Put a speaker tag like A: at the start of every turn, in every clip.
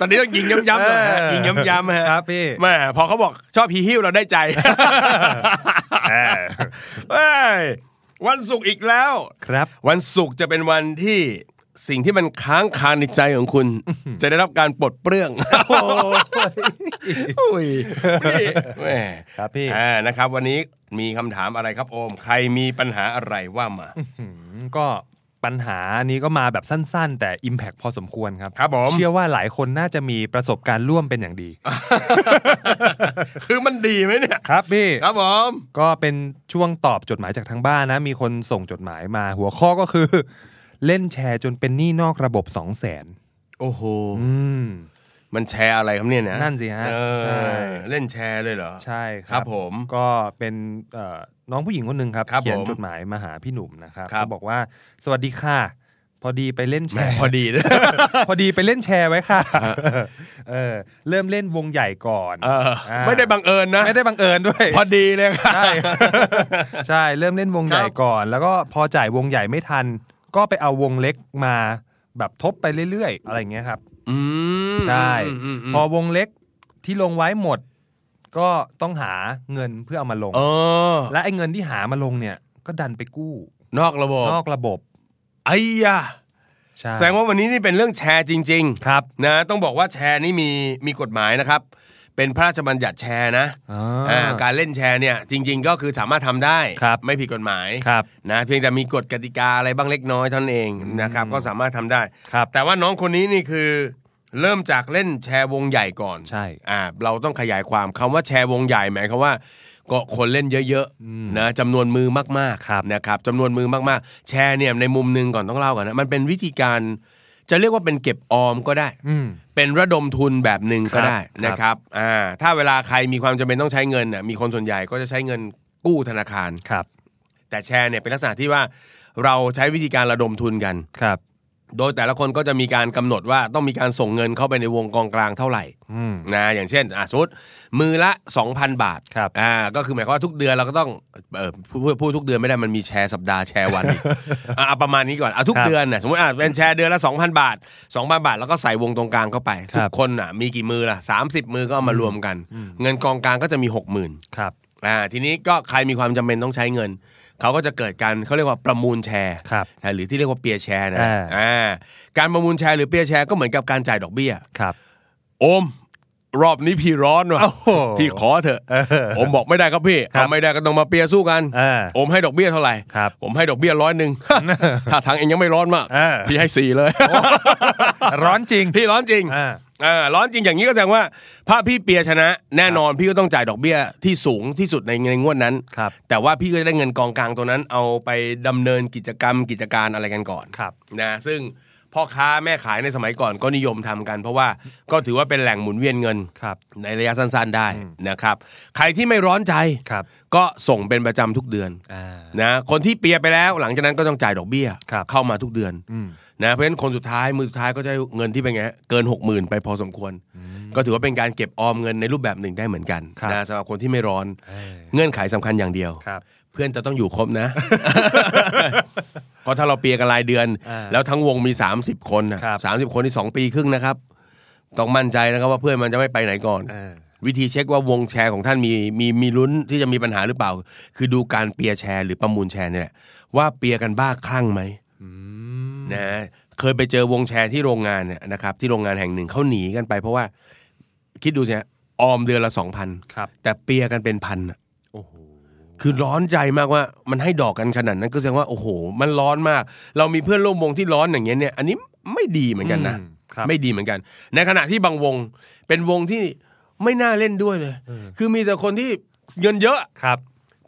A: ตอนนี้ต้องยิงย้ำๆหน่อยฮะ
B: เออ
A: ยิงย้ำๆฮะ
B: ครับพี่
A: แหม่พอเขาบอกชอบฮีฮิ้วเราได้ใจเฮ้ยวันศุกร์อีกแล้ว
B: ครับ
A: วันศุกร์จะเป็นวันที่สิ่งที่มันค้างคาในใจของคุณ จะได้รับการปลดเปลื้ องโอ้ยแหม่
B: ครับพี่
A: อ่านะครับ วันนี้มีคำถามอะไรครับโอม ใครมีปัญหาอะไรว่า มา
B: อืมก็ปัญหาอันนี้ก็มาแบบสั้นๆ แต่ Impact พอสมควรครับ
A: ครับผม
B: เชื่อว่าหลายคนน่าจะมีประสบการณ์ร่วมเป็นอย่างดี
A: คือมันดีไหมเนี่ย
B: ครับพี่
A: ครับผม
B: ก็เป็นช่วงตอบจดหมายจากทางบ้านนะ มีคนส่งจดหมายมา หัวข้อก็คือ เล่นแชร์จนเป็นหนี้นอกระบบสองแสน
A: โอ้โห
B: อืม
A: มันแชร์อะไรครับเนี่ยนะ
B: นั่นสิฮะ
A: เออ
B: ใช่
A: เล่นแชร์เลยเหรอ
B: ใช่ค
A: ครั
B: รับบ
A: ผม
B: ก็เป็นเอ่อน้องผู้หญิงคนหนึ่งครับ
A: ครับ
B: เขียน
A: ผม
B: จดหมายมาหาพี่หนุ่มนะครับ
A: ครับ
B: ก็บอกว่าสวัสดีค่ะ พอดีไปเล่นแช
A: แหม่
B: ร์
A: พอดีนะ
B: พอดีไปเล่นแชร์ไว้ค่ะเออเริ่มเล่นวงใหญ่ก่อน
A: เออา ไม่ได้บังเอิญนะ
B: ไม่ได้บังเอิญด้วย
A: พอดีเลยค่ะ
B: ใช่ใช่เริ่มเล่นวงใหญ่
A: ครับ
B: ก่อน แล้วก็พอจ่ายวงใหญ่ไม่ทัน ก็ไปเอาวงเล็กมาแบบทบไปเรื่อยๆ อะไรอย่างเงี้ยครับ
A: อืม
B: ใช่
A: มม
B: พอวงเล็กที่ลงไว้หมด ก็ต้องหาเงินเพื่อเอามาลง
A: เออ
B: และไอ้เงินที่หามาลงเนี่ย ก็ดันไปกู้
A: นอกระบบ
B: นอกระบบ
A: ไอ้ยะ
B: ใช่
A: แสดงว่าวันนี้นี่เป็นเรื่องแชร์จริง
B: ครับ
A: ๆ นะ ต้องบอกว่าแชร์นี่มีมีกฎหมายนะครับ เป็นพระราชบัญญัติแชร์นะ
B: อ่
A: อ่า
B: า
A: การเล่นแชร์เนี่ย จริง ๆ ก็คือสามารถทำได้
B: ครับ
A: ไม่ผิดกฎหมาย
B: ครับ
A: นะเพียงแต่มีกฎกติกาอะไรบ้างเล็กน้อยเท่านั้นเองนะครับ
B: อืม
A: ก็สามารถทำได้
B: ครับ
A: แต่ว่าน้องคนนี้นี่คือ เริ่มจากเล่นแชร์วงใหญ่ก่อน
B: ใช่
A: อ่าเราต้องขยายความคำว่าแชร์วงใหญ่หมายความว่าก็คนเล่นเยอะ
B: อืม
A: ๆนะจำนวนมือมาก
B: ครับ
A: ๆนะครับจำนวนมือมากๆ แชร์เนี่ยในมุมหนึ่งก่อนต้องเล่าก่อนนะมันเป็นวิธีการ จะเรียกว่าเป็นเก็บออมก็ได้
B: อืม
A: เป็นระดมทุนแบบหนึ่งก็ได้
B: ครับ
A: นะครับอ่าถ้าเวลาใครมีความจำเป็นต้องใช้เงินน่ะมีคนส่วนใหญ่ก็จะใช้เงินกู้ธนาคาร
B: ครับ
A: แต่แชร์เนี่ยเป็นลักษณะที่ว่าเราใช้วิธีการระดมทุนกัน
B: ครับ
A: โดยแต่ละคนก็จะมีการกำหนดว่าต้องมีการส่งเงินเข้าไปในวงกองกลางเท่าไหร่
B: อืม
A: นะอย่างเช่นอ่ะสมมติมือละ 2,000 บาท
B: ครับ
A: อ่าก็คือหมายความว่าทุกเดือนเราก็ต้องเออพูดพูดพูดทุกเดือนไม่ได้มันมีแชร์สัปดาห์แชร์วัน อีก อ่ะเอาประมาณนี้ก่อนเอาทุก
B: ครับ
A: เดือนนะสมมติอ่ะเป็นแชร์เดือนละ 2,000 บาท 2,000 บาท แล้วก็ใส่วงตรงกลางเข้าไป
B: ครั
A: ทุ
B: บ
A: กคนอ่ะมีกี่มือล่ะ30 มือก็เอามารวมกัน เงินกองกลางก็จะมี 60,000
B: ครับ
A: อ่าทีนี้ก็ใครมีความจำเป็นต้องใช้เงิน เขาก็จะเกิดการเขาเรียกว่าประมูลแชร์
B: ครับ
A: นะหรือที่เรียกว่าเปียร์แชร์นะ
B: อ่า
A: อ่าการประมูลแชร์หรือเปียร์แชร์ก็เหมือนกับการจ่ายดอกเบี้ย
B: ครับ
A: โอม รอบนี้พี่ร้อนว่ะ
B: โอ้โห
A: พี่ขอเถอะ
B: เออ
A: ผมบอกไม่ได้ครับพี่
B: ครับ
A: ทำไม่ได้ก็ต้องมาเปียร์สู้กัน
B: เออ
A: โอมให้ดอกเบี้ยเท่าไหร่
B: ครับ
A: ผมให้ดอกเบี้ยร้อยหนึ่ง ถ้าทางเองยังไม่ร้อนมาก
B: เออ
A: พี่ให้สี่เลย
B: ร้อนจริง
A: พี่ร้อนจริง
B: อ่า
A: อ่าร้อนจริงอย่างนี้ก็แสดงว่าถ้าพี่เปียร์ชนะ แน่นอนพี่ก็ต้องจ่ายดอกเบี้ยที่สูงที่สุดในในงวดนั้น
B: ครับ
A: แต่ว่าพี่ก็จะได้เงินกองกลางตัวนั้นเอาไปดำเนินกิจกรรมกิจการอะไรกันก่อน
B: ครับ
A: นะซึ่งพ่อค้าแม่ขายในสมัยก่อนก็นิยมทำกัน เพราะว่าก็ถือว่าเป็นแหล่งหมุนเวียนเงิน
B: ครับ
A: ในระยะสั้นๆได้นะครับ ใครที่ไม่ร้อนใจ
B: ครับ
A: ก็ส่งเป็นประจำทุกเดือน
B: อ่า
A: นะคนที่เปียไปแล้วหลังจากนั้นก็ต้องจ่ายดอกเบี้ย
B: ครับ
A: เข้ามาทุกเดือน
B: อืม
A: นะเพราะฉะนั้นคนสุดท้ายมือสุดท้ายก็จะได้เงินที่เป็นไงฮะเกิน 6 0,000 ไปพอสมควร ก็ถือว่าเป็นการเก็บออมเงินในรูปแบบหนึ่งได้เหมือนกัน
B: ครับ
A: นะสำหรับคนที่ไม่ร้อน
B: เออ
A: เงื่อนไขสำคัญอย่างเดียว
B: ครับ
A: เพื่อนจะต้องอยู่ครบนะ เพราะถ้าเราเปียร์กันรายเดือน
B: อ่า
A: แล้วทั้งวงมี 30 คนนะครับ สามสิบคนที่สองปีครึ่งนะครับ ต้องมั่นใจนะครับว่าเพื่อนมันจะไม่ไปไหนก่อน
B: เออ
A: วิธีเช็คว่าวงแชร์ของท่านมีมีมีลุ้นที่จะมีปัญหาหรือเปล่า คือดูการเปียร์แชร์หรือประมูลแชร์เนี่ยแหละว่าเปียร์กันบ้าคลั่งไหมนะเคยไปเจอวงแชร์ที่โรงงานเนี่ยนะครับ ที่โรงงานแห่งหนึ่งเขาหนีกันไป เพราะว่า คิดดูสิฮะออมเดือนละสองพัน
B: ครับ
A: แต่เปียร์กันเป็นพันอะ
B: โอ้โห
A: คือร้อนใจมากว่ามันให้ดอกกันขนาดนั้นก็แสดงว่าโอ้โห มันร้อนมาก เรามีเพื่อนร่วมวงที่ร้อนอย่างเงี้ยเนี่ยอันนี้ไม่ดีเหมือนกันนะ
B: อืมครับ
A: ไม่ดีเหมือนกัน ในขณะที่บางวงเป็นวงที่ไม่น่าเล่นด้วยเลย
B: เออ
A: คือมีแต่คนที่เงินเยอะ
B: ครับ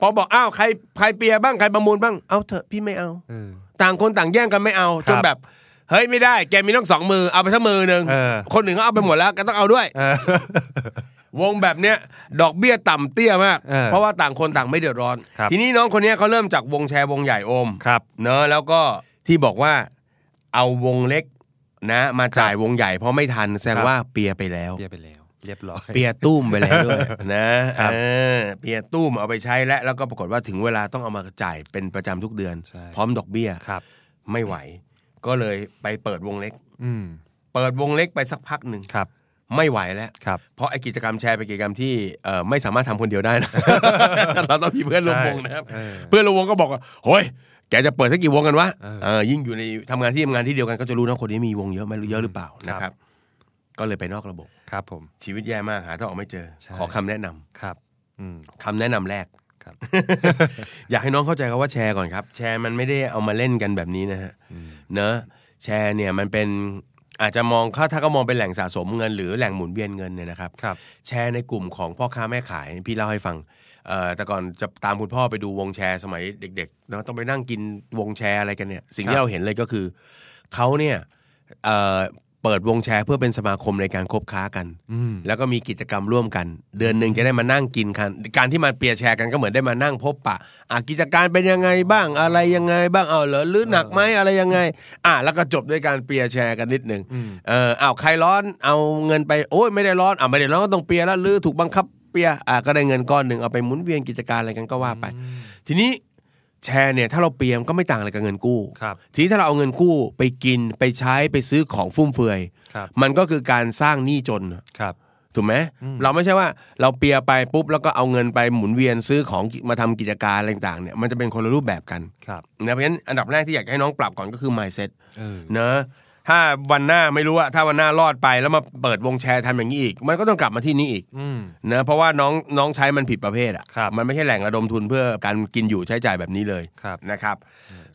A: พอบอกอ้าวใครใครเปียร์บ้างใครประมูลบ้างเอาเถอะพี่ไม่เอา
B: เออ
A: ต่างคนต่างแย่งกันไม่เอา
B: ครับ
A: จนแบบ เฮ้ยไม่ได้แกมีต้องสองมือเอาไปทั้งมือหนึ่ง
B: เออ
A: คนหนึ่งก็เอาไปหมดแล้วแก็ต้องเอาด้วย
B: เออ
A: วงแบบเนี้ยดอกเบี้ยต่ำเตี้ยมาก
B: เออ
A: เพราะว่าต่างคนต่างไม่เดือดร้อน
B: ครับ
A: ทีนี้น้องคนเนี้ยเขาเริ่มจากวงแชร์วงใหญ่โอม
B: ครับ
A: เนอะแล้วก็ที่บอกว่าเอาวงเล็กนะ มาจ่ายวงใหญ่เพราะไม่ทันแสด
B: ค
A: ง
B: รับ
A: ว่าเปียไปแล้ว
B: เรียบไปแล้ว เรียบร้อย
A: เปียตุ้มไปแล้ว ด้วยนะครับ เออเปียตุ้มเอาไปใช้แล้วแล้วก็ปรากฏว่าถึงเวลาต้องเอามาจ่ายเป็นประจำทุกเดือน
B: ใช่
A: พร้อมดอกเบี้ย
B: ครับ
A: ไม่ไหว ก็เลยไปเปิดวงเล็ก
B: อืม
A: เปิดวงเล็กไปสักพักหนึ่ง
B: ครับ
A: ไม่ไหวแล้ว
B: ครับ
A: เพราะไอกิจกรรมแชร์เป็นกิจกรรมที่เอ่อไม่สามารถทำคนเดียว ได้นะ เราต้องมีเพื่อนร่วมวงนะครับ
B: เออ
A: เพื่อนร่วมวงก็บอกว่าเฮ้ยแกจะเปิดสักกี่วงกันวะ
B: เออ
A: เออยิ่งอยู่ในทำงานที่ทำงานที่เดียวกันก็จะรู้นะคนนี้มีวงเยอะไหมเยอะหรือเปล่านะครับ ก็เลยไปนอกระบบ
B: ครับผม
A: ชีวิตแย่มากหาทางออกไม่เจอ
B: ใช่
A: ขอคำแนะนำ
B: ครับ อืม
A: คำแนะนำแรก
B: ครับ
A: อยากให้น้องเข้าใจครับว่าแชร์ก่อนครับ แชร์มันไม่ได้เอามาเล่นกันแบบนี้นะฮะ
B: อืม
A: เนอะแชร์เนี่ยมันเป็นอาจจะมองถ้าถ้าก็มองเป็นแหล่งสะสมเงินหรือแหล่งหมุนเวียนเงินเนี่ยนะครับ
B: ครับ
A: แชร์ในกลุ่มของพ่อค้าแม่ขายพี่เล่าให้ฟังเอ่อแต่ก่อนจะตามคุณพ่อไปดูวงแชร์สมัยเด็กๆนะต้องไปนั่งกินวงแชร์อะไรกันเนี่ยสิ่งที่เราเห็นเลยก็คือเขาเนี่ยเอ่อเปิดวงแชร์เพื่อเป็นสมาคมในการคบค้ากัน
B: อืม
A: แล้วก็มีกิจกรรมร่วมกัน เดือนหนึ่งจะได้มานั่งกินกัน การที่มาเปียร์แชร์กันก็เหมือนได้มานั่งพบปะอ่ะกิจการเป็นยังไงบ้างอะไรยังไงบ้างเอาเหรอหรือหนักไหมอะไรยังไง อ่ะแล้วก็จบด้วยการเปียร์แชร์กันนิดหนึ่ง
B: อืม
A: เอออ้าวใครร้อนเอาเงินไปโอ้ยไม่ได้ร้อนอ่ะไม่ได้ร้อนก็ต้องเปียร์แล้วหรือถูกบังคับเปียร์อ่ะก็ได้เงินก้อนหนึ่งเอาไปหมุนเวียนกิจการอะไรกันก็ว่าไป ทีนี้แชร์เนี่ยถ้าเราเปียร์มันก็ไม่ต่างอะไรกับเงินกู้
B: ครับ
A: ทีนี้ถ้าเราเอาเงินกู้ไปกินไปใช้ไปซื้อของฟุ่มเฟือย
B: ครับ
A: มันก็คือการสร้างหนี้จน
B: ครับ
A: ถูกไหม
B: อืม
A: เราไม่ใช่ว่าเราเปียร์ไปปุ๊บแล้วก็เอาเงินไปหมุนเวียนซื้อของมาทำกิจการอะไรต่างๆเนี่ยมันจะเป็นคนละรูปแบบกัน
B: ครับ
A: นะเพราะฉะนั้นอันดับแรกที่อยากให้น้องปรับก่อนก็คือ mindset
B: เออ
A: เนอะถ้าวันหน้าไม่รู้อะถ้าวันหน้ารอดไปแล้วมาเปิดวงแชร์ทำอย่างนี้อีก มันก็ต้องกลับมาที่นี่อีก
B: อืม
A: นะเพราะว่าน้องน้องใช้มันผิดประเภทอะ
B: ครับ
A: มันไม่ใช่แหล่งระดมทุนเพื่อการกินอยู่ใช้จ่ายแบบนี้เลย
B: ครับ
A: นะครับ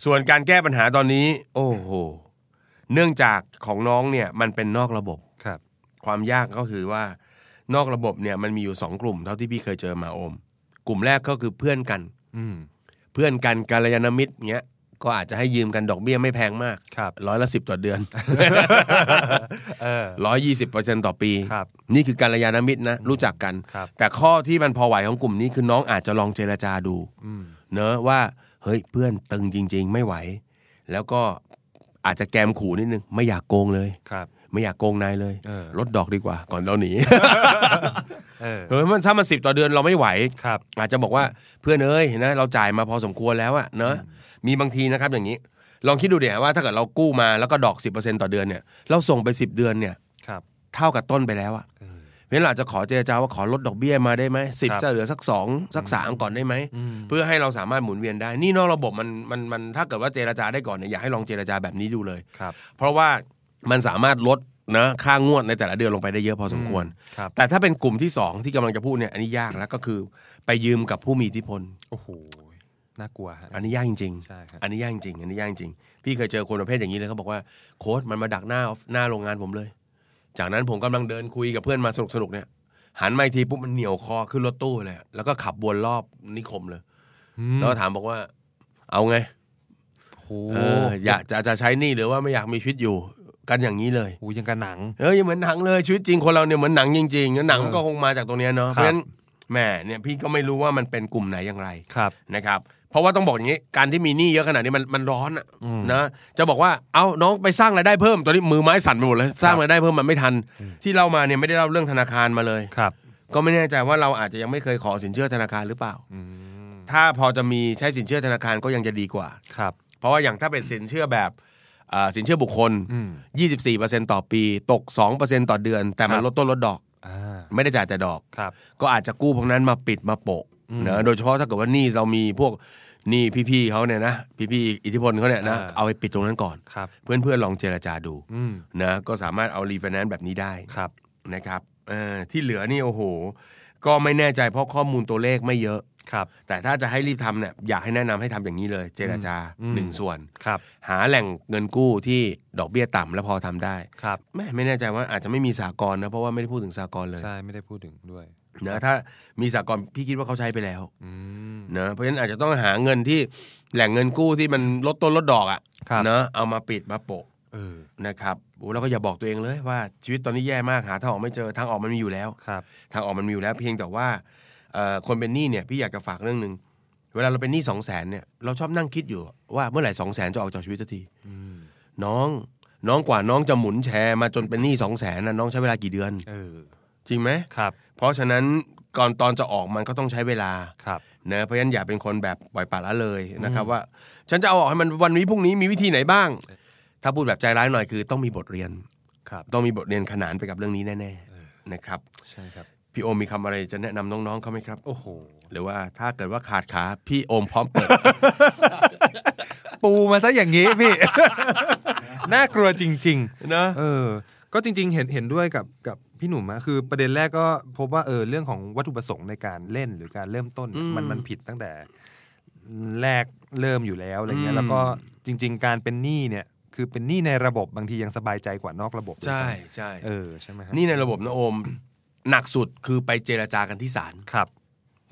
A: ส่วนการแก้ปัญหาตอนนี้ โอ้โหเนื่องจากของน้องเนี่ยมันเป็นนอกระบบ
B: ครับ
A: ความยากก็คือว่านอกระบบเนี่ยมันมีอยู่สองกลุ่มเท่าที่พี่เคยเจอมาโอม กลุ่มแรกก็คือเพื่อนกัน
B: อืม
A: เพื่อนกันกาลยาณมิตรเงี้ยก็อาจจะให้ยืมกันดอกเบี้ยไม่แพงมาก
B: ครับ
A: ร้อยละสิบต่อเดือน
B: เออ
A: ร้อยยี่สิบเปอร์เซ็นต่อปี
B: ครับ
A: นี่คือการยาณมิตรนะรู้จักกัน
B: ครับ
A: แต่ข้อที่มันพอไหวของกลุ่มนี้คือน้องอาจจะลองเจรจาดู
B: อืม
A: เนอะว่าเฮ้ยเพื่อนตึงจริง ๆ ไม่ไหว แล้วก็อาจจะแกมขู่นิดนึงไม่อยากโกงเลย
B: ครับ
A: ไม่อยากโกงนายเลย
B: เออ
A: ลดดอกดีกว่า ก่อนเราหนี
B: เออ
A: เออมันถ้ามันสิบต่อเดือนเราไม่ไหว
B: ครับ
A: อาจจะบอกว่าเพื่อนเอ้ยนะเราจ่ายมาพอสมควรแล้วอะเนอะมีบางทีนะครับอย่างนี้ ลองคิดดูเดี๋ยวว่าถ้าเกิดเรากู้มาแล้วก็ดอก 10%ต่อเดือนเนี่ยเราส่งไป 10 เดือนเนี่ย
B: ครับ
A: เท่ากับต้นไปแล้วอะ
B: เออ
A: เพราะฉะนั้นเราอาจจะขอเจรจาว่าขอลดดอกเบี้ยมาได้ไหมสิบ
B: ครับ
A: จะเหลือสักสองสักสามก่อนได้ไหม
B: อืม
A: เพื่อให้เราสามารถหมุนเวียนได้ นี่นอกระบบมันมันมันถ้าเกิดว่าเจราจาได้ก่อนเนี่ยอยากให้ลองเจราจาแบบนี้ดูเลย
B: ครับ
A: เพราะว่ามันสามารถลดนะค่างวดในแต่ละเดือนลงไปได้เยอะพอสมควร
B: ครับ
A: แต่ถ้าเป็นกลุ่มที่ 2 ที่กำลังจะพูดเนี่ยอันนี้ยากแล้วก็คือไปยืมกับผู้มีอิทธิพล
B: โอ้โห น่ากลัวฮะ
A: อันนี้ยากจริง
B: ใช่ครับ
A: ๆ อันนี้ยากจริงอันนี้ยากจริงพี่เคยเจอคนประเภทอย่างนี้เลยเขาบอกว่าโค้ดมันมาดักหน้าหน้าโรงงานผมเลย จากนั้นผมกำลังเดินคุยกับเพื่อนมาสนุกๆเนี่ยหันมาอีกทีปุ๊บมันเหนียวคอขึ้นรถตู้ไปเลยแล้วก็ขับวนรอบนิคมเลย
B: อืม
A: แล้วก็ถามบอกว่า เอาไง
B: โอ้โห
A: เอออยากจะจะใช้หนี่หรือว่าไม่อยากมีชีวิตอยู่กันอย่างนี้เลย
B: โอ้โหยังกับหนัง
A: เออยังเหมือนหนังเลยชีวิตจริงคนเราเนี่ยเหมือนหนังจริงๆแล้วหนังมัน
B: เออ
A: ก็คงมาจากตรงเนี้ยเนาะ
B: ครับ
A: เพราะฉะนั้นแหมเนี่ยพี่ก็ไม่รู้ว่ามันเป็นกลุ่มไหนอย่างไร
B: ครับ
A: นะครับเพราะว่าต้องบอกอย่างนี้การที่มีหนี้เยอะขนาดนี้มันมันร้อนอะ
B: อืม
A: นะจะบอกว่าเอาน้องไปสร้างรายได้เพิ่มตอนนี้มือไม้สั่นไปหมดเลยสร้างรายได้เพิ่มมันไม่ทัน ที่เรามาเนี่ยไม่ได้เล่าเรื่องธนาคารมาเลย
B: ครับ
A: ก็ไม่แน่ใจว่าเราอาจจะยังไม่เคยขอสินเชื่อธนาคารหรือเปล่า
B: อืม
A: ถ้าพอจะมีใช้สินเชื่อธนาคารก็ยังจะดีกว่า
B: ครับ
A: เพราะว่าอย่างถ้าเป็นสินเชื่อแบบเอ่อสินเชื่อบุคคล
B: อืม
A: 24%ต่อปี ตก 2%ต่อเดือน แต่มั
B: ค
A: น
B: รับ
A: ลดต้นลดดอก
B: อ่า
A: ไม่ได้จ่ายแต่ดอก
B: ครับ
A: ก็อาจจะกู้พวกนั้นมาปิดมาโปะ
B: อืม
A: นะโดยเฉพาะถ้าเกิดว่าหนี่เรามีพวกหนี่พี่ๆเขาเนี่ยนะ พี่ๆอิทธิพลเขาเนี่ยนะ
B: อ่า
A: เอาไปปิดตรงนั้นก่อน
B: ครับ
A: เพื่อนๆลองเจรจาดู
B: อืม
A: นะก็สามารถเอารีไฟแนนซ์แบบนี้ได้
B: ครับ
A: นะครับเอ่อที่เหลือนี่โอ้โห ก็ไม่แน่ใจเพราะข้อมูลตัวเลขไม่เยอะ
B: ครับ
A: แต่ถ้าจะให้รีบทำเนี่ยอยากให้แนะนำให้ทำอย่างนี้เลย เจรจา
B: อืม
A: หนึ่งส่วน
B: ครับ
A: หาแหล่งเงินกู้ที่ดอกเบี้ยต่ำและพอทำได้
B: ครับ
A: แม่ไม่แน่ใจว่าอาจจะไม่มีสากลนะเพราะว่าไม่ได้พูดถึงสากลเลย
B: ใช่ ไม่ได้พูดถึงด้วย
A: นะถ้ามีสากลพี่คิดว่าเขาใช้ไปแล้ว
B: อืม
A: นะเพราะฉะนั้นอาจจะต้องหาเงินที่แหล่งเงินกู้ที่มันลดต้นลดดอกอะ
B: ครับ
A: นะเอามาปิดมาโปะ
B: เออ
A: นะครับโอ้แล้วก็อย่าบอกตัวเองเลยว่าชีวิตตอนนี้แย่มากหาทางออกไม่เจอทางออกมันมีอยู่แล้ว
B: ครับ
A: ทางออกมันมีอยู่แล้วเพียงแต่ว่าเอ่อคนเป็นหนี้เนี่ยพี่อยากจะฝากเรื่องหนึ่งเวลาเราเป็นหนี้สองแสนเนี่ยเราชอบนั่งคิดอยู่ว่าเมื่อไหร่สองแสนจะออกจากชีวิตสักที
B: อืม
A: น้องน้องกว่าน้องจะหมุนแชร์มาจนเป็นหนี้สองแสนนะน้องใช้เวลากี่เดือน
B: เออ
A: จริงไหม
B: ครับ
A: เพราะฉะนั้นก่อนตอนจะออกมันก็ต้องใช้เวลา
B: ครับ
A: นะเพราะฉะนั้นอย่าเป็นคนแบบปล่อยปละละเลยนะครับว่า ฉันจะเอาออกให้มันวันนี้พรุ่งนี้มีวิธีไหนบ้าง ถ้าพูดแบบใจร้ายหน่อยคือ ต้องมีบทเรียน
B: ครับ
A: ต้องมีบทเรียนขนานไปกับเรื่องนี้แน่ๆนะครับ
B: ใช่ครับ
A: พี่โอมมีคำอะไรจะแนะนำน้องๆเขาไหมครับ
B: โอ้โห
A: หรือว่าถ้าเกิดว่าขาดขา พี่โอมพร้อมเปิด
B: ปูมาซะอย่างนี้พี่ น่ากลัวจริง ๆ
A: เนอะ
B: เออ ก็จริง ๆ เห็นเห็นด้วยกับกับพี่หนุ่มอะคือประเด็นแรกก็พบว่าเออเรื่องของวัตถุประสงค์ในการเล่นหรือการเริ่มต้นเนี่ยมันมันผิดตั้งแต่แรกเริ่มอยู่แล้วอะไรเงี้ยแล้วก็จริง ๆ การเป็นหนี้เนี่ย คือเป็นหนี้ในระบบบางทียังสบายใจกว่านอกระบบด้วย
A: ใช่
B: ซ้
A: ใช่
B: ำเออใช่ไหมฮะ
A: นี่ในระบบนะโอม หนักสุดคือไปเจรจากันที่ศาล
B: ครับ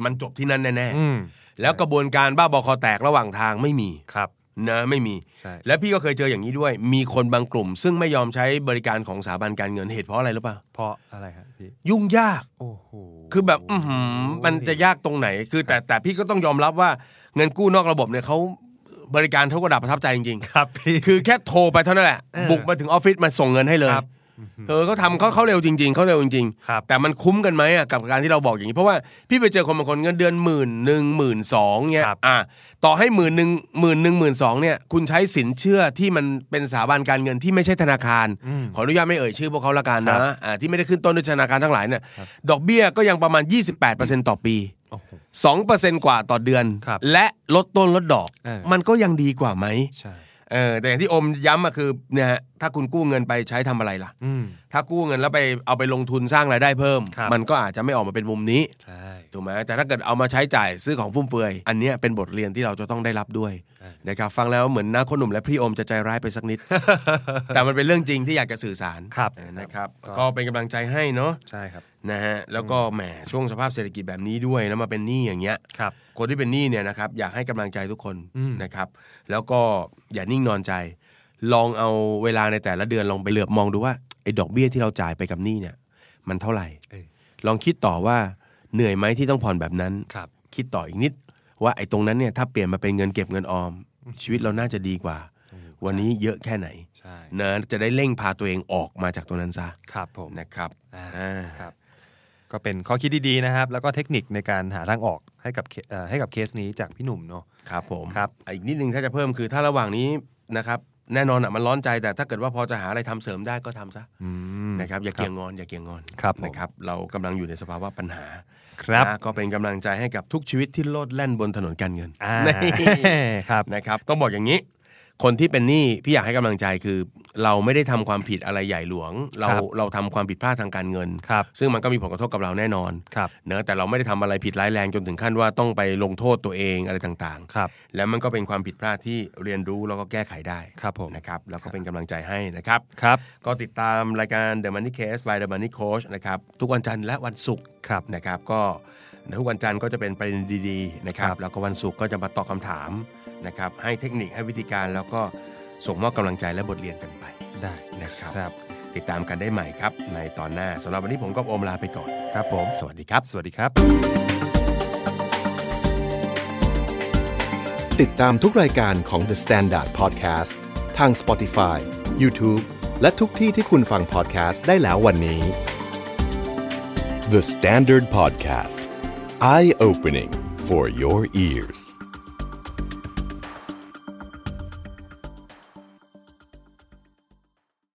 A: มันจบที่นั่นแน่
B: อืม
A: ๆแล้วกระบวนการบ้าบอคอแตกระหว่างทางไม่มี
B: ครับ
A: นะไม่มี
B: ใช่
A: และพี่ก็เคยเจออย่างนี้ด้วย มีคนบางกลุ่ม ซึ่งไม่ยอมใช้บริการของสถาบันการเงินเหตุเพราะอะไรหรือเปล่า
B: เพราะอะไรครับพี่
A: ยุ่งยาก
B: โอ้โห
A: คือแบบอือหือมันจะยากตรงไหน คือแต่แต่พี่ก็ต้องยอมรับว่าเงินกู้นอกระบบเนี่ยเขาบริการเท่ากระดาษประทับใจจริงๆ
B: ครับพี่
A: คือแค่โทรไปเท่านั้นแหละ
B: เออ
A: บุกมาถึงออฟฟิศมาส่งเงินให้เลย
B: ครับ
A: เออเขาทำเขาเขาเร็วจริง ๆเขาเร็วจริง
B: ครับ
A: ๆแต่มันคุ้มกันไหมอ่ะกับการที่เราบอกอย่างนี้ เพราะว่าพี่ไปเจอคนบางคนเงินเดือนหมื่นหนึ่งหมื่นสองเนี่ย
B: ครับ
A: อ่ะต่อให้หมื่นหนึ่งหมื่นหนึ่งหมื่นสองเนี่ยคุณใช้สินเชื่อที่มันเป็นสถาบันการเงินที่ไม่ใช่ธนาคาร
B: อืม
A: ขออนุญาตไม่เอ่ยชื่อพวกเขาละกัน
B: ครั
A: นะ
B: บ
A: อ่าที่ไม่ได้ขึ้นต้นด้วยธนาคารทั้งหลายเนี่ย
B: ครับ
A: ดอกเบี้ยก็ยังประมาณ 28%ต่อปี
B: โอ้โห
A: 2%กว่าต่อเดือน
B: ครับ
A: และลดต้นลดดอก
B: เออ
A: มันก็ยังดีกว่าไหม
B: ใช่
A: เออแต่อย่างที่อมย้ำอะคือเนี่ยฮะถ้าคุณกู้เงินไปใช้ทำอะไรล่ะ
B: อืม
A: ถ้ากู้เงินแล้วไปเอาไปลงทุนสร้างรายได้เพิ่ม
B: ครับ
A: มันก็อาจจะไม่ออกมาเป็นมุมนี้
B: ใช่
A: ถูกไหมแต่ถ้าเกิดเอามาใช้จ่ายซื้อของฟุ่มเฟือย อันเนี้ยเป็นบทเรียนที่เราจะต้องได้รับด้วยนะครับฟังแล้วเหมือนนะคนหนุ่มและพี่อมจะใจร้ายไปสักนิ ด แต่มันเป็นเรื่องจริงที่อยากจะสื่อสาร
B: ครับ
A: เออนะครับก็เป็นกำลังใจให้เนาะ
B: ใช่ครับ
A: นะฮะแล้วก็แหมช่วงสภาพเศรษฐกิจแบบนี้ด้วยแล้วมาเป็นหนี้อย่างเงี้ย
B: ครับ
A: คนที่เป็นหนี้เนี่ยนะครับอยากให้กำลังใจทุกคน
B: อืม
A: นะครับ แล้วก็อย่านิ่งนอนใจ ลองเอาเวลาในแต่ละเดือนลองไปเหลือบมองดูว่าไอ้ดอกเบี้ยที่เราจ่ายไปกับหนี้เนี่ย มันเท่าไหร่
B: เอ้ย
A: ลองคิดต่อว่าเหนื่อยไหมที่ต้องผ่อนแบบนั้น
B: ครับ
A: คิดต่ออีกนิด ว่าไอ้ตรงนั้นเนี่ยถ้าเปลี่ยนมาเป็นเงินเก็บเงินออม ชีวิตเราน่าจะดีกว่า วันนี้เยอะแค่ไหน
B: ใช่
A: เนอะจะได้เร่งพาตัวเองออกมาจากตรงนั้นซะ
B: ครับผม
A: นะครับ
B: อ่า
A: อ่า
B: ครับ ก็เป็นข้อคิดดีๆนะครับ แล้วก็เทคนิคในการหาทางออกให้กับเคเอ่อให้กับเคสนี้จากพี่หนุ่มเนาะ
A: ครับผม
B: ครับ
A: อ่ะอีกนิดนึงถ้าจะเพิ่มคือถ้าระหว่างนี้นะครับแน่นอนอ่ะมันร้อนใจแต่ถ้าเกิดว่าพอจะหาอะไรทำเสริมได้ก็ทำซะ
B: อืม
A: นะครับอย่าเกียงงอนอย่าเกียงงอน
B: ครับผม
A: นะครับ เรากำลังอยู่ในสภาวะปัญหา
B: ครับ
A: นะก็เป็นกำลังใจให้กับทุกชีวิตที่โลดแล่นบนถนนการเงิน
B: อ่า
A: นี่
B: ครับ
A: นะครับ ต้องบอกอย่างนี้ คนที่เป็นหนี้พี่อยากให้กำลังใจคือ เราไม่ได้ทำความผิดอะไรใหญ่หลวง เรา
B: ครับ
A: เราทำความผิดพลาดทางการเงิน
B: ครับ
A: ซึ่งมันก็มีผลกระทบกับเราแน่นอน
B: ครับ
A: เนอะแต่เราไม่ได้ทำอะไรผิดร้ายแรงจนถึงขั้นว่าต้องไปลงโทษตัวเองอะไรต่าง
B: ครับ
A: ๆ แล้วมันก็เป็นความผิดพลาดที่เรียนรู้แล้วก็แก้ไขได้
B: ครับผม
A: นะครับแล้วก็เป็นกำลังใจให้นะครับ
B: ครับ
A: ก็ติดตามรายการ The Money Case by The Money Coach นะครับทุกวันจันทร์และวันศุกร์
B: ครับ
A: นะครับก็ทุกวันจันทร์ก็จะเป็นประเด็นดีๆนะครับ
B: ครับ
A: แล้วก็วันศุกร์ก็จะมาตอบคำถามนะครับให้เทคนิคให้วิธีการแล้วก็ส่งมอบกำลังใจและบทเรียนกันไป
B: ได้
A: นะครับ
B: ครับ
A: ติดตามกันได้ใหม่ครับ ในตอนหน้าสำหรับวันนี้ผมก็โอมลาไปก่อน
B: ครับผม
A: สวัสดีครับ
B: สวัสดีครับ
C: ติดตามทุกรายการของ The Standard Podcast ทาง Spotify, YouTube และทุกที่ที่คุณฟัง podcast ได้แล้ววันนี้ The Standard Podcast Eye Opening for Your Ears